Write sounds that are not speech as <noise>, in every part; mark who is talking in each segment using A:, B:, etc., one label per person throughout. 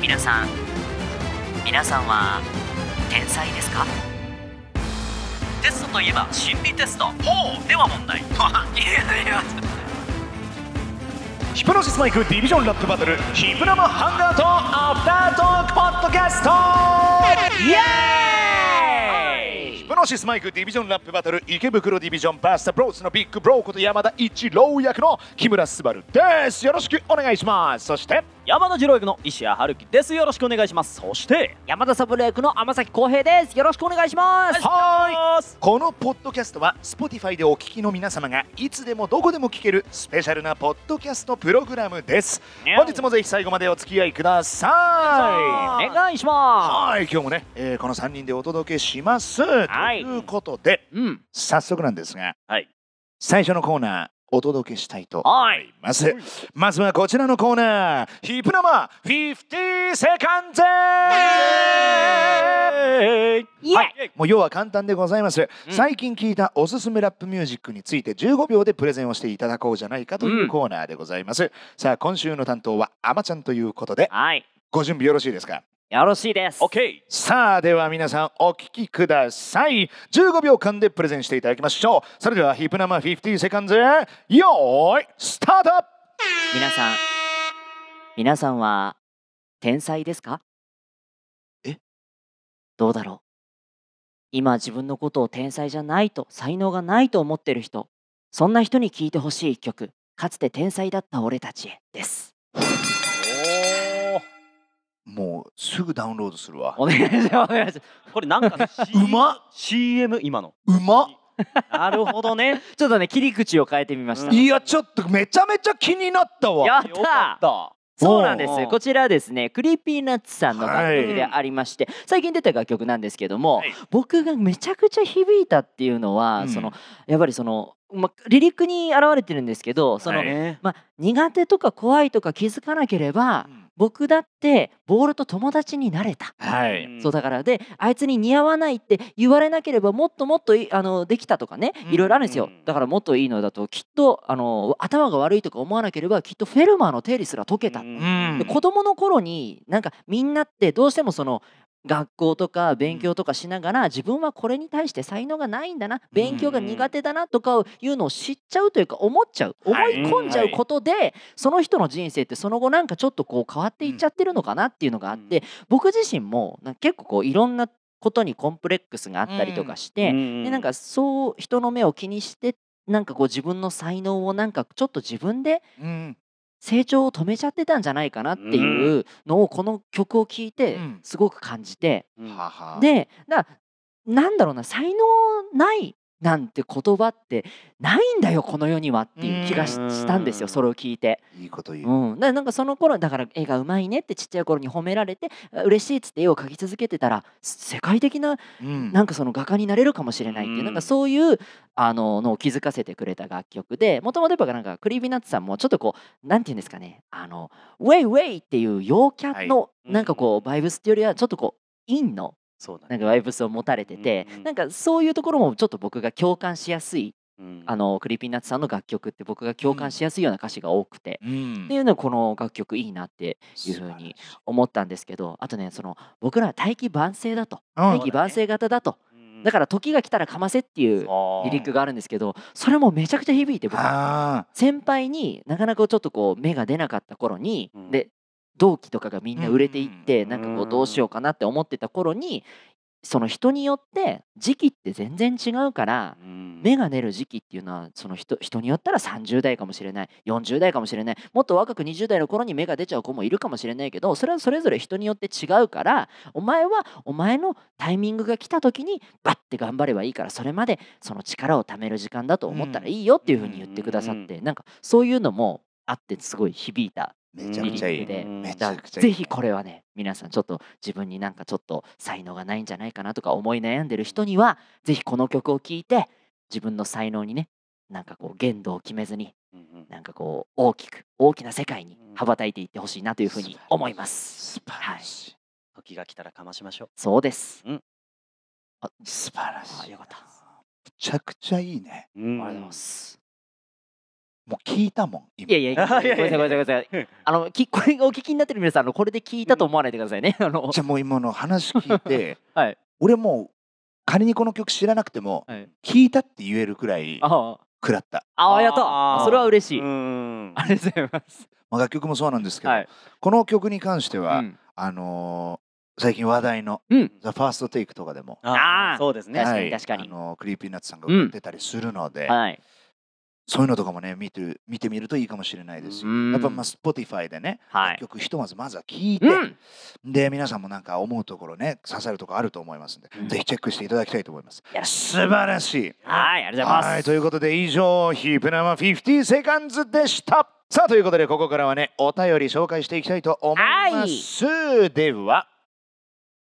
A: 皆さん皆さんは天才ですかテストといえば心理テストほうでは問題 <laughs> いやいや
B: ヒプノシスマイクディビジョンラップバトルヒプノのハンガーとアフタートークポッドキャストイエーイヒプノシスマイクディビジョンラップバトル池袋ディビジョンバースタブローズのビッグブローこと山田一郎役の木村昴ですよろしくお願いしますそして
C: 山田次郎役の石谷春樹ですよろしくお願いしますそして
A: 山田サブレ役の天崎浩平ですよろしくお願いします
B: はいこのポッドキャストは Spotify でお聞きの皆様がいつでもどこでも聞けるスペシャルなポッドキャストプログラムです
C: にゃお
B: 本日もぜひ最後までお付き合いくだ
C: お
B: さい
C: 願いしま
B: はい今日もね、えーこの3人でお届けします、
C: はい
B: ということです
C: うん
B: 早速なんですが、
C: はい
B: 最初のコーナーお届けしたいと思い
C: はい
B: ます、まずはこちらのコーナー「ヒプノマ50セカンズ」
A: イエイ
B: はい、もう要は簡単でございます、
C: うん
B: 最近聞いたおすすめラップミュージックについて15秒でプレゼンをしていただこうじゃないかといううんコーナーでございます、さあ今週の担当はあまちゃんということで
C: はい
B: ご準備よろしいですか
A: よろしいです
C: OK
B: さあでは皆さんお聞きください15秒間でプレゼンしていただきましょうそれではヒプナマ50セカンズよーいスタート
A: 皆さん皆さんは天才ですか
B: え
A: どうだろう今自分のことを天才じゃないと才能がないと思ってる人そんな人に聴いてほしい一曲かつて天才だった俺たちへです
B: もうすぐダウンロードするわ
A: お願いしますお願いします
C: これなんかね
B: うまっ
C: CM 今の
B: うまっ
C: なるほど <laughs> ね
A: ちょっとね切り口を変えてみました
B: いやちょっとめちゃめちゃ気になったわ
A: やった
C: よかった
A: そうなんで
C: お
A: す
C: う
A: こちらはですねクリーピーナッツさんの楽
B: はい
A: 曲でありまして、最近出た楽曲なんですけども、
B: はい
A: 僕がめちゃくちゃ響いたっていうのは、
B: うん
A: そのやっぱりその、ま、リリックに現れてるんですけどその、
B: はい
C: ね
A: ま、苦手とか怖いとか気づかなければ、僕だってボールと友達になれた。
B: はい、
C: ん
A: そうだからであいつに似合わないって言われなければもっともっといあのできたとかね
B: うん
A: いろいろあるんですよ、
C: うん
A: だからもっといいのだときっとあの頭が悪いとか思わなければきっとフェルマーの定理すら解けた、
C: う
B: うんん
A: で子供の頃になんかみんなってどうしてもその学校とか勉強とかしながら自分はこれに対して才能がないんだな勉強が苦手だなとかをいうのを知っちゃうというか思っちゃう思
B: はい
A: い込んじゃうことでその人の人生ってその後なんかちょっとこう変わっていっちゃってるのかなっていうのがあって僕自身もなんか結構こういろんなことにコンプレックスがあったりとかして
C: うん
A: でなんかそう人の目を気にしてなんかこう自分の才能をなんかちょっと自分で
B: うん
A: 成長を止めちゃってたんじゃないかなっていううのをこの曲を聴いて
B: うん
A: すごく感じて、
C: うん
B: はは
A: でだなんだろうな才能ないなんて言葉ってないんだよこの世にはっていう気がし
C: うん
A: したんですよそれを聞いて、
B: いいこと言う、
A: うん、だなんかその頃だから絵がうまいねってちっちゃい頃に褒められてあ嬉しいっつって絵を描き続けてたら世界的な
B: うん
A: なんかその画家になれるかもしれないっていう、
C: うん
A: なんかそういうあののを気づかせてくれた楽曲でもともとやっぱなんかクリービーナッツさんもちょっとこうなんて言うんですかねあのウェイウェイっていう陽キャの
C: い
A: なんかこうバイブスっていうよりはちょっとこう陰の
C: そうだ
A: なん
C: ね
A: かバイブスを持たれてて、
C: うん
A: なんかそういうところもちょっと僕が共感しやすい
C: うん
A: あのクリーピーナッツさんの楽曲って僕が共感しやすいような歌詞が多くて。
B: うん
A: っていうのはこの楽曲いいなっていうふうに思ったんですけどあとねその僕らは大器晩成だと
B: うん
A: 大器晩成型だと
C: うん
A: だから時が来たらかませっていう
C: そう
A: リリックがあるんですけどそれもめちゃくちゃ響いて僕
B: あ
A: 先輩になかなかちょっとこう目が出なかった頃に、
C: うん
A: で同期とかがみんな売れていって、
B: うん
A: なんかこうどうしようかなって思ってた頃にその人によって時期って全然違うから。
C: うん
A: 目が出る時期っていうのはその人人によったら30代かもしれない40代かもしれないもっと若く20代の頃に目が出ちゃう子もいるかもしれないけどそれはそれぞれ人によって違うからお前はお前のタイミングが来た時にバッて頑張ればいいからそれまでその力を貯める時間だと思ったらいいよっていうふうに言ってくださって、なんかそういうのもあってすごい響いた
B: ーめちゃくちゃいい
A: リリックで
B: めち
A: だ
B: ゃ
A: か
B: くちゃ
A: ら
B: いい
A: ぜひこれはね皆さんちょっと自分になんかちょっと才能がないんじゃないかなとか思い悩んでる人にはぜひこの曲を聴いて自分の才能にねなんかこう限度を決めずに
C: うんうん
A: なんかこう大きく大きな世界に羽ばたいていってほしいなというふうに思います。
B: 素晴らしい、
C: 時が来たらかましましょ
A: そうです。
B: 素晴らしい
A: あよかった
B: めちゃくちゃいいね
C: ううん
A: ありがとうございます。
B: もう聞いたもん今
A: いやいや、ごめんなさい、ごめんなさい、ごめんなさい。あの、き、 <laughs> これ、お聞きになってる皆さん、あの、これで聞いたと思わないでくださいね。あの、
B: じゃあもう今の話聞い
A: <laughs>
B: て
C: はい
B: 俺もう仮にこの曲知らなくても
C: はい
B: 聞いたって言えるくらい
A: あ
B: 食らった、
A: あ、あやった
C: あ。ー
A: それは嬉しい。
C: ん
A: ありがとうございます。
B: まあ、楽曲もそうなんですけど、
C: はい
B: この曲に関しては、
A: うん
B: あのー最近話題の
A: うん
B: 「THEFIRSTTAKE」とかでも、
A: あー
C: そうですね
A: 確かに
B: はい
A: 確かに
B: あのクリーピーナッツさんが歌ってたりするので、
A: はい。
B: そういうのとかもね見てる見てみるといいかもしれないですよ。
A: うん
B: やっぱまあ Spotify でね、
A: はい。
B: 曲ひとまずまずは聞いて、
A: うん。
B: で皆さんもなんか思うところね刺さるところあると思いますんで、
A: うん
B: ぜひチェックしていただきたいと思います。
A: よし
B: 素晴らしい
A: はい、ありがとうござい
B: は
A: ま
B: い、
A: す。
B: ということで以上、ヒープナマ50セカンズでした。さあ、ということでここからはね、お便り紹介していきたいと思います。では、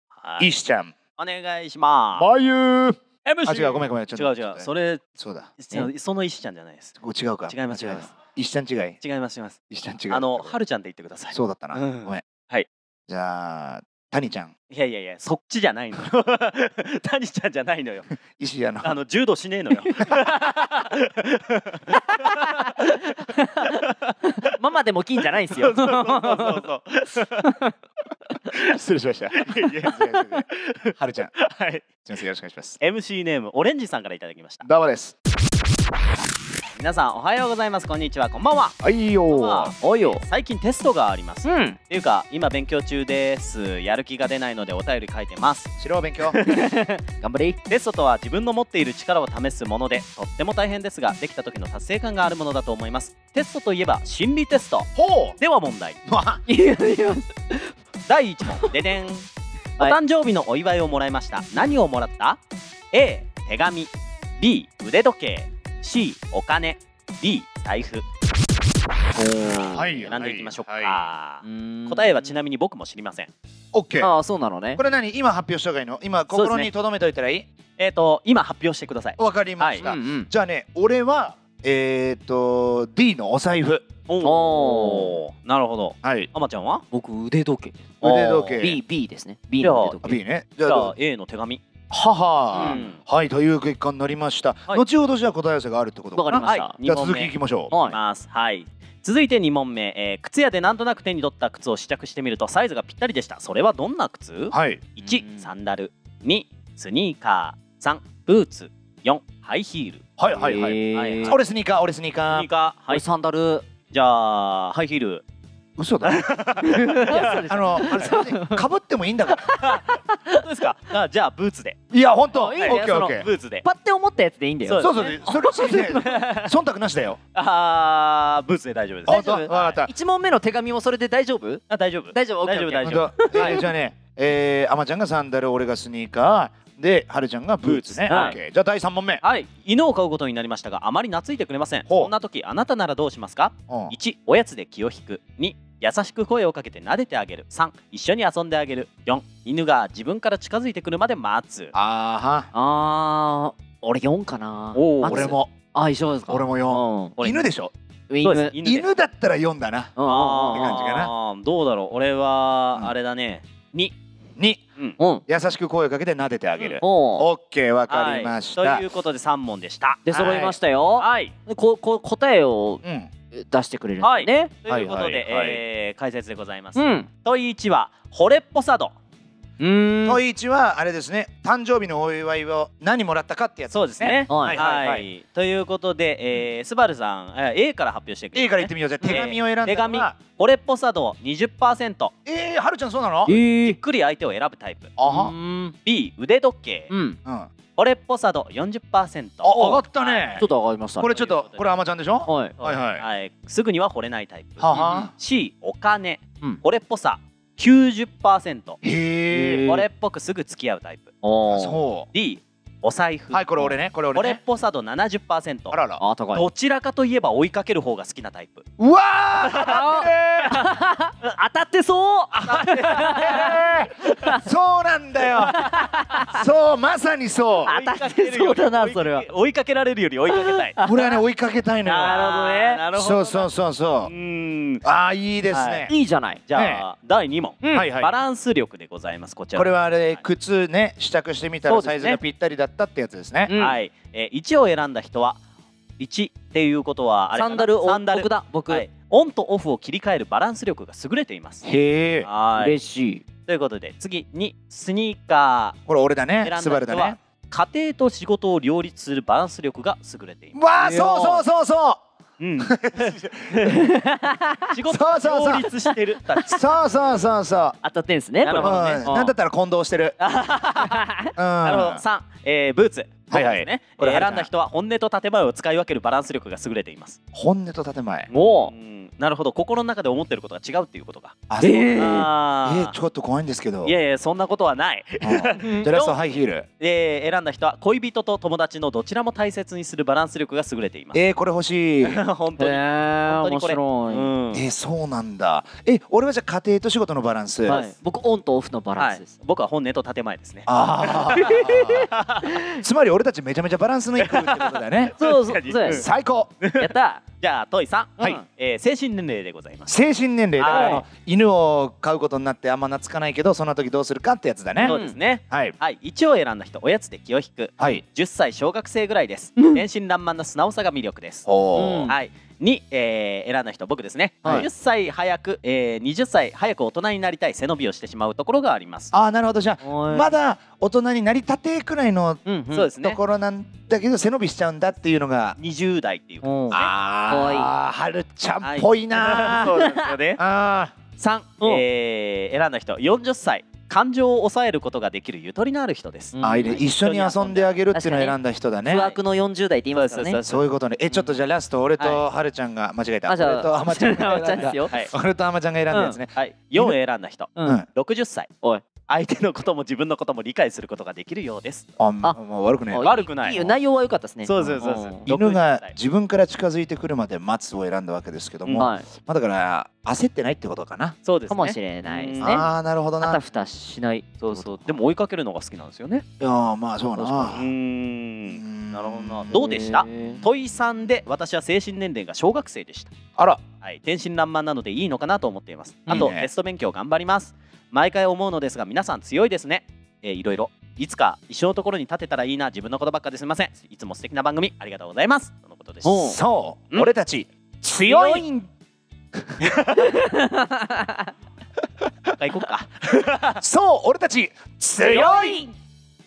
C: はい
B: 石ちゃん、
C: お願いします
B: まゆー。
C: MC
B: あ、違う、ごめんごめん。ちょっ
C: 違
B: と
C: う
B: ちょっと
C: 違う
B: ね
C: それ
B: そうだ。
A: え
C: その石ちゃんじゃないです
B: こ違うか。
C: 違います違います。
B: 石ちゃん違い。
C: 違います違います
B: 石ちゃん違い。
C: あのはるちゃんで言ってください
B: そうだったな。
C: うん
B: ごめん。
C: はい。
B: じゃあ、谷ちゃん。
C: いやいやいやそっちじゃない <laughs> のよ谷ちゃんじゃないのよ
B: 石ちゃんの。
C: あの柔道しねえのよ
A: ママでも金じゃないんです
C: そ
A: よ
C: う。そうそうそうそう
B: <laughs> 失礼しま
C: <laughs>
B: した。
C: いやいや
B: はるちゃん。
C: はい
B: すみません、よろしくお願いします。
C: MC ネームオレンジさんからいただきました
B: どうもです。
C: 皆さんおはようございますこんにちはこんばんは
B: はいよー。
A: おいよ。
C: 最近テストがあります、
A: う
C: っ
A: ん。
C: ていうか今勉強中ですやる気が出ないのでお便り書いてます
B: 白勉強。
A: 頑張れ。
C: テストとは自分の持っている力を試すものでとっても大変ですができた時の達成感があるものだと思いますテストといえば心理テスト
B: ほ
C: では問題
B: う。わ
A: いやいや。
C: 第1問で
B: <laughs>
C: でんお誕生日のお祝いをもらいました何をもらった A 手紙 B 腕時計 C お金 D 財布
B: はい
C: 選んでいきましょうか、
B: は
C: 答えはち
A: な
C: なみに僕も知りません
B: オッケー。
A: ああ、そうなのね
B: こ。れ何今発表した方がいいの今
C: そうですね
B: 心に留めといたらいい
C: えっ、と今発表してください
B: わかりました、
A: うんうん。
B: じゃあね俺はえっ、と D のお財布
A: お
C: おなるほど
B: はい
C: あまちゃんは
A: 僕腕時計。
B: 腕時計
A: B B ですね。B の腕
B: あ
A: 時計。
B: B ねじ
C: じ
B: ゃあ
C: ゃ
B: ど
C: あ
B: う
C: A の手紙
B: 母、
C: うん
B: はいという結果になりました、
C: はい
B: 後ほどじゃあ答え合わせがあるってこと
A: わかりまし
C: は
A: た。
B: じゃ
C: 2
B: あ
C: 問
B: 続きい
C: 目
B: きましょう
A: はい。
C: ますはい続いて2問目、えー靴屋でなんとなく手に取った靴を試着してみるとサイズがぴったりでしたそれはどんな靴
B: はい
A: うん
C: ?1 サンダル2スニーカー3ブーツ4ハイヒールス
B: はいはいはい、
A: えー
C: はいはい
B: 俺スニーカー俺スニーカ
C: ニ
B: ー
C: ーカーは
A: 俺
C: い
A: サンダル。
C: じゃあハイヒール
B: 嘘
A: <laughs>
B: だあのかぶってもいいんだから
C: どうで
B: <laughs>
C: すかあじゃあブーツで
B: いや本当
A: あ
B: オ
A: い
B: ッ
A: い
B: ケ
A: ね
B: ーオッケー
C: ブーツで
A: パって思ったやつでいいんだよ。
B: そ
C: そうう
B: そうそうそれね忖度なしだよ
C: あーブーツで大丈夫です
B: 本当
A: 丈夫
B: わかった
A: 一問目の手紙もそれで大丈夫？
C: あ大丈夫
A: 大丈夫。
C: 大丈
A: OK
C: 夫
A: OK
C: 大丈夫
B: 本当えーじゃあね、えー、あまちゃんがサンダル、俺がスニーカー、で、はるちゃんがブーツね。
C: ブーツ
B: オッケーじゃあ第3問目。
C: はい犬を飼うことになりましたがあまり懐いてくれません
B: ほう
C: そんな時あなたならどうしますか
B: うん
C: 1おやつで気を引く2優しく声をかけて撫でてあげる3一緒に遊んであげる4犬が自分から近づいてくるまで待つ
B: あ
A: あー、俺四かな。
C: おー
B: ーは、
A: 松
B: 俺。も、
A: あ、一緒ですか。
B: 俺も四。
A: 四。
C: 俺ね
B: 犬でしょ
A: ウィ
C: そ
A: ン
C: う
A: グ。
C: です犬で
B: 犬だったら4だな。
A: うんうん
C: あ
A: う
C: ー
A: ん
B: って感じか
C: どうだろう俺は
B: うん
C: あれだね2
B: 2、
C: うん
A: うん。
B: 優しく声をかけて撫でてあげる。
A: おお。
B: オッケーわかりまし
C: はい、
B: た
C: とい。うことで3問でした
A: で揃いましたよ。
C: はい
A: でここ答えを
B: うん。
A: 出してくれるんだよね。
C: ということで、
B: はいはいはい
C: えー解説でございます、
A: うん。
C: 問1は惚れっぽさ度
A: うーん。
B: 問1は、あれですね、誕生日のお祝いを何もらったかってやつ。
C: そうですね
A: はい
B: はいはい
C: ということで、えー、スバルさんえー A から発表してくれ、
B: いいから言ってみようぜ。
C: うん
B: 手紙を選んだ
C: 手
B: の
C: 紙
B: は、
C: 惚れっぽさ度20%
B: えー、はるちゃんそうなの
A: え
C: じ
A: ー
C: っ。くり相手を選ぶタイプ
B: あ
A: う
B: は。
A: ーん。
C: B 腕時計
A: うん。
B: うん。あ、
C: 惚れっぽさ度40%
B: 上がったね
A: ちょっ。と上がりました、ね。
B: これちょっと、これあまちゃんでしょ
A: はい。
C: はい
B: は
C: はいい、
B: は
C: すぐには惚れないタイプ
B: はは。
C: C お金、
A: うん
C: 惚れっぽさ90%
B: へえ。
C: 惚れっぽくすぐ付き合うタイプ
A: おお。
B: そ
C: D お財布
B: う。はい、これ俺ね、これ
C: 惚
B: 俺
C: れっ
B: ね。
C: ぽさ度70%
B: あらら。
A: あ、高い。
C: どちらかといえば追いかける方が好きなタイプ
B: うわー待
A: 当たってそう。
B: って <laughs> そうなんだよそうまさにそ
A: あ当たってそうだな
C: 追いかけるより
A: それは
C: <laughs> 追いかけられるより追いかけたい
B: う俺はね追いかけたいの
A: な
B: よ
A: るほどね
C: あー <laughs> なるほど
B: そうそうそうそう
C: ーん
B: うああいいですね、
A: いいじゃない。
C: じゃあ、第2問、
B: はいはい
C: バランス力でございますこちら
B: これはあれ靴ね試着してみた
C: そ
B: ら
C: うです
B: サ
C: ね
B: イズがぴったりだったってやつですね
A: うん
C: はい、えー、1を選んだ人は1っていうことはあれか
A: サ
C: な
A: ンダルを
C: サンダ
A: 僕
C: ル、
A: だ僕、
C: はい、オンとオフを切り替えるバランス力が優れています
B: へえ
C: はい
A: 嬉しい
C: ということで次にスニーカ
B: これ俺だ
C: ー
B: ね
C: 選んだ
B: スバルだ
C: 人は
B: ね
C: 家庭と仕事を両立するバランス力が優れていま
B: わあそうそうそうそう
C: す、
B: <laughs>
C: うん、仕事
B: そうそう
C: を
B: そう
C: 両立してるだ
B: そうそうそうそう
A: 当たってんすね
C: な
A: こ
C: る
A: れ
C: ほど
A: も
C: ね
B: うん
C: うん
B: なんだったら混同して
C: <laughs>
B: る。うん
C: なるほど3、えーブーツ
B: はいはい
C: そうですね
B: これ
C: えー
B: あるな
C: 選んだ人は本音と建前を使い分けるバランス力が優れています、
B: 本音と建前。
A: お
C: う
A: ー
C: んなるほど心の中で思ってることが違うっていうことか
B: あ
A: え
B: そう
A: ー
C: あ
B: え
C: ー
B: ーちょっと怖いんですけど。
C: いやいやそんなことはない、
B: うんじゃあラストハイヒール。
C: えー選んだ人は恋人と友達のどちらも大切にするバランス力が優れています、
B: えーこれ欲しい。え
C: <laughs> 本当に、
A: え
C: 本当
A: 面
C: にこ
A: 白
C: れ
A: い、
C: うん
B: ーそうなんだ。え俺はじゃあ家庭と仕事のバランス。
A: は
B: あ
A: い、僕オンとオフのバラ
C: は
A: ンス
C: い
A: です、、。
C: 僕は本音と建前ですね
B: あー。
C: <laughs>
B: つまり俺たちめちゃめちゃバランスのいいクルーってことだね
A: そうそう
C: 確かに
A: そうです、
B: 最高。
A: やった
C: じゃあトイさん、
A: はい
C: えー精神年齢でございます、
B: 精神年齢だからあの
C: はい
B: 犬を飼うことになってあんま懐かないけどそんな時どうするかってやつだね
C: そう。ですね、
B: はい
C: はい1を選んだ人おやつで気を引く
B: はい。
C: 10歳小学生ぐらいです天真爛漫な素直さが魅力です
B: お
A: うん
B: お。
C: はい、に、えー選んだ人僕ですね、
A: はい
C: 10歳早く、えー、20歳早く大人になりたい背伸びをしてしまうところがあります、
B: ああなるほどじゃあ
C: <laughs>
A: ま
B: まだ大人になりたてくらいの
A: うんうん
C: そうです
B: と
C: ね
B: ころなんだけど背伸びしちゃうんだっていうのが、
C: 20代っていう
A: う
C: こ
A: ん
B: ああはるちゃんっぽい
C: と
B: なー、
C: <laughs> そうです
B: <laughs>
C: よね
B: あ
C: 3、
A: うん
C: えー選んだ人40歳感情を抑えることができるゆとりのある人です、
A: うん
B: ーあーいいね一緒に遊んであげるっていうのを選んだ人だね
A: 不惑の40代って言いますからね
C: そうそう
B: そういうことねえちょっとじゃあラスト俺とはるちゃんが間違えた、
A: あじゃ
B: 俺と
A: あ
B: あまちゃんが
A: あまちゃ
B: 選
A: ん
B: ん
A: で
B: だ
A: すよ
C: はい、
B: 俺とあまちゃんが選んだやつね、
C: はい、4選んだ人
A: う
B: うんん
C: 60歳
A: おい
C: 相手のことも自分のことも理解することができるようです
B: あ
A: あ
B: もう悪くね
A: お
C: 悪くない
A: いいよ内容は良かったですね
C: そうそうそうそうん
B: 犬
C: 60
B: が
C: 歳
B: 自分から近づいてくるまで待つを選んだわけですけども、
C: うん
B: ま
A: はい
B: あだから焦ってないってことかな、
C: そうですね
A: かもしれないですね
B: ああなるほど
A: あ
B: な
A: た
B: い
A: ふたしない
C: そうそうでも追いかけるのが好きなんですよね
B: やーまあそうだ
A: 確
B: な
C: うー
B: うんん
C: なるほどなどうでした
A: へー
C: 問いさんで私は精神年齢が小学生でした
B: あら
C: はい、天真爛漫なのでいいのかなと思っています。あと、
B: いいね
C: テスト勉強頑張ります。毎回思うのですが、皆さん強いですね。えーいろいろ。いつか一生のところに立てたらいいな、自分のことばっかですみません。いつも素敵な番組、ありがとうございます。とのことです。
A: おう
B: そう、
C: うん
B: 俺たち強い
C: 一回行こう
B: <laughs>
C: か。
B: そう俺たち強い
A: い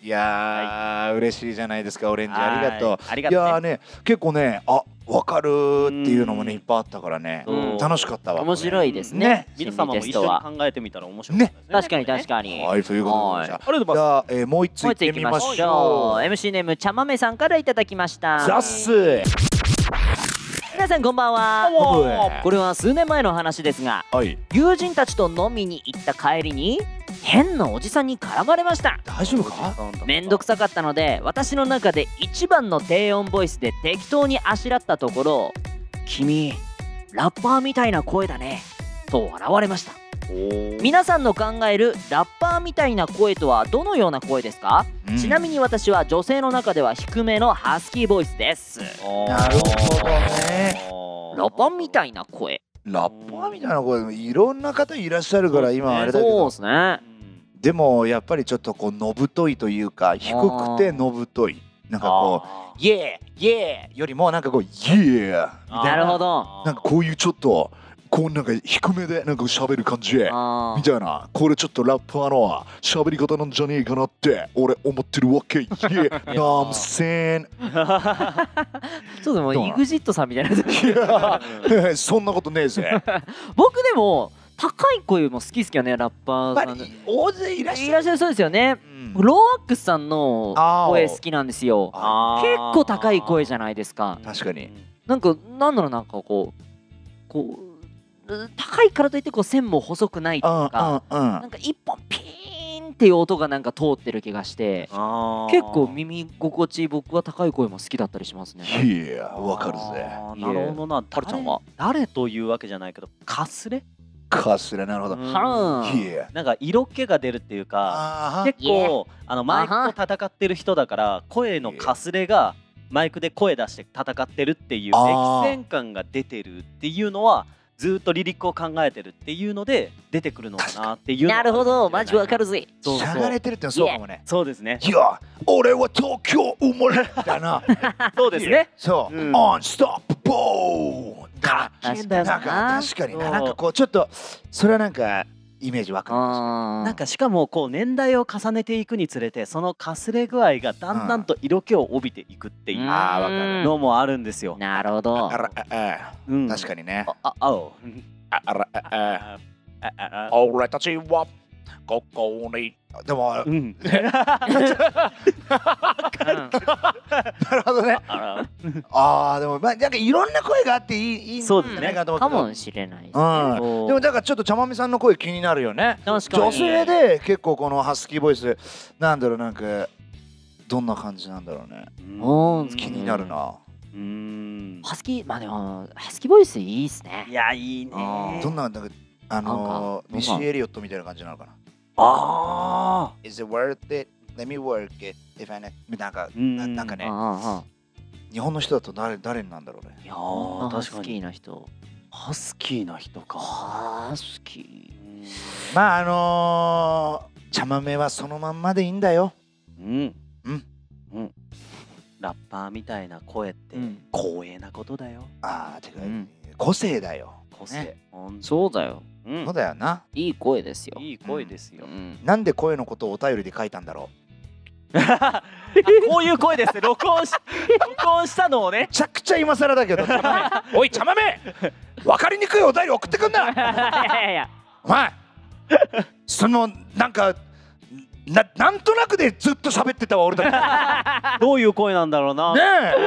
B: いやー、嬉しいじゃないですかオレンジありがとう
C: は。いありが
B: い
C: とう、
B: や
C: ね
B: ー。ね結構ねあわかるーっていうのもね
C: うん
B: いっぱいあったからね
C: そう
B: 楽しかったわ
A: 面白いですね
B: ね
C: 皆様も一緒に考えてみたら面白いですね。
A: 確かに確
C: か
A: か
B: これ
A: に
B: ね
A: も
B: はいということでした
C: ありがとうご
B: じ
C: ざい
B: ゃあ、えーもう一つ
A: う
B: いっ
A: 一つ
B: て
A: いき
B: み
A: ま
B: ま
A: し
B: し
A: ょ
B: ょ
A: う MC ネームちゃまめさんからいただきまし
B: う
A: た
B: ザッス
A: 皆さんこんばんは
C: どうも
A: これは数年前の話ですが
B: はい
A: 友人たちと飲みに行った帰りに変なおじさんに絡まれました
B: 大丈夫か
C: ます。
A: めんどくさかったので私の中で一番の低音ボイスで適当にあしらったところ「君ラッパーみたいな声だね」と笑われました皆さんの考えるラッパーみたいな声とはどのような声ですか、ちなみに私は女性の中では低めのハスキーボイスです
B: なるほどね
A: ラッパーみた
C: い。
A: いな声
B: にラッパーみたいな声いろんな方いらっしゃるから今あれだけ
A: そう
B: ど
A: ですね
C: うん
B: でもやっぱりちょっとこうのぶといというか低くてのぶといなんかこ
C: あ
B: うイエーイエーよりもなんかこうイエー
C: ー
A: なるほど
C: あー
B: なんかこういうちょっとこうなんか低めでなんか喋る感じみ
A: あー
B: たいなこれちょっとラッパーの喋り方なんじゃねえかなって俺思ってるわけ Yeah, ナムセン
A: ちょっともう
B: どうな
A: EXIT さんみたいな
C: <laughs>
B: Yeah <laughs> そんなことねえぜ
A: 僕でも高い声も好きっすけどねラッパー
B: や
A: さ
B: っぱ
A: んで
B: り大勢いらっ
A: い
B: しゃ
A: らっ
B: る
A: しゃるそうですよね
B: うん
A: ローアックスさんの
B: あー
A: 声好きなんですよ
C: あ
A: 結
C: ー
A: 構高い声じゃないですか
B: 確かに
A: なんかなんだろうなんかこうこうう高いからといってこう線も細くないというか
B: うんうんうん
A: なんか一本ピーンっていう音がなんか通ってる気がして
C: あー
A: 結構耳心地いい僕は高い声も好きだったりしますね
B: Yeah わかるぜ
C: あーなるほどなタルちゃんは誰というわけじゃないけどかすれ
B: かすれなるほど
A: はーん
B: Yeah
C: なんか色気が出るっていうか
B: あー
C: 結構あのマイクと戦ってる人だから声のかすれがマイクで声出して戦ってるっていう
B: あー
C: 歴戦感が出てるっていうのはずーっと離陸を考えてるっていうので出てくるのかなっていう
A: なるほど、マジわか
C: る
A: るぜ。
C: そう
B: しゃが
C: そ
B: れ
C: う
B: てるってのはそうかもね
C: そうですね
B: いや俺は東京生まれだな
C: そうですね
B: そう、
C: うん
B: オンストップボーだ
A: 確かに
B: なんか確かに
C: そ
B: な
C: う
B: なんかこうちょっとそれはなんかイメージわかる
A: な
C: なん、かしかもこう年代を重ねていくにつれてそのかすれ具合がだんだんと色気を帯びていくっていう
B: あーわか
A: る
C: のもあるんですよ。
A: なるほど
B: あ。らああ
C: うん、
B: 確かにね
C: ああ青
B: ああらああ
C: ああああ
B: 俺たちはここにでも
C: うん <laughs>
B: なるほどね
C: あ
B: ああでもまあなんかいろんな声があっていいいいんじ
C: そうです
B: ゃない
C: ね。
B: かと思
A: か
B: って
A: もしれないですけ
B: うん
A: ど。
B: でもだからちょっと茶豆さんの声気になるよね
A: 確かに
B: 女性で結構このハスキーボイスなんだろうなんかどんな感じなんだろうね
A: うん
B: 気になるな
C: うん。
A: ハスキー、まあでも、ハスキーボイスいいっすね
C: い。やいいね。
A: あー
B: どんななんかあのー
A: なんか
B: ミシー・エリオットみたいな感じなのかな
C: ああ。
B: Is it worth it? Let me work it if I know なんか
C: うん
B: ななんかね
A: うんうんうん
B: 日本の人だと誰誰になんだろうね
C: いやー
A: ハ
C: 確
A: ス
C: か
A: キー
C: に
A: な人。
C: ハスキーな人か。
A: ハスキ
B: まああのー、茶豆はそのまんまでいいんだよ
C: うん。
B: うん。
C: うん。ラッパーみたいな声って
A: うん
C: 光栄なことだよ。
B: ああてか、
A: うん
B: 個性だよ
C: 個性。ほん
A: ー。そうだよ。
C: う。
B: そうんだよない
A: い声ですよ。
C: いい声ですよ
A: う。ん
B: なんで声のことをお便りで書いたんだろう
C: あこういう声ですね。録音し録音したのをね
B: め。ちゃくちゃ今更だけど <laughs> おい茶豆分かりにくいお便り送ってくん
A: いや
B: ない
A: やいや。
B: お前そのなんかななんとなくでずっと喋ってたわ俺た
C: どういう声なんだろうな。
B: ちね
C: う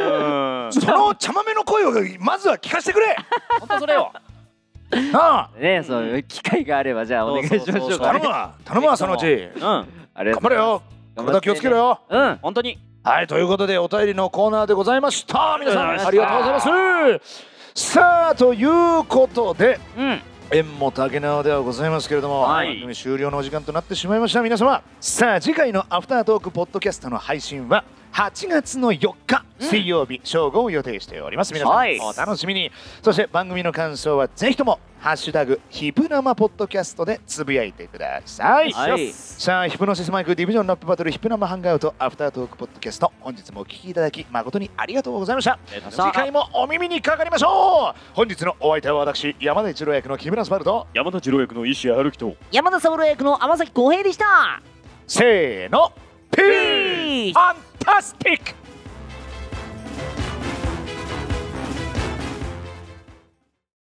B: え
C: ん。
B: その茶豆の声をまずは聞かせて <laughs> くれ
C: 本当それよ。
B: なあ
A: <laughs> ねそういう機会があれば、じゃあお願いしましょ
C: そううそうそう
A: か
B: 頼
A: ね
B: む。わ頼むわそのうち
C: うん。
A: ありがと
B: 頑
A: うございます
B: 張れよ体気をつけろよ
A: うん。
C: 本当に。
B: はい、ということでお便りのコーナーでございました。皆さんあ
A: あ
B: り
A: り
B: が
A: が
B: と
A: と
B: う
A: う
B: ご
A: ご
B: ざ
A: ざ
B: い
A: い
B: ま
A: ますす。
B: さあということで
A: うん。
B: 縁も竹縄ではございますけれども、
C: はい
B: 番組終了のお時間となってしまいました皆様さあ次回の「アフタートークポッドキャスト」の配信は8月の4日水曜日正午を予定しております皆さん、
A: はい
B: お楽しみにそして番組の感想はぜひとも「ハッシュタグヒプ生ポッドキャスト」でつぶやいてください、
A: はい
B: さあヒプノシスマイクディビジョンラップバトルヒプ生ハンガーウトアフタートークポッドキャスト本日もお聞きいただき誠にありがとうございました次回もお耳にかかりましょう本日のお相手は私山田一郎役の木村昴と
C: 山田次郎役の石原るきと。
A: 山田三郎役の天崎浩平でした。
B: せーのピ
A: Peace
B: ーファンタスティック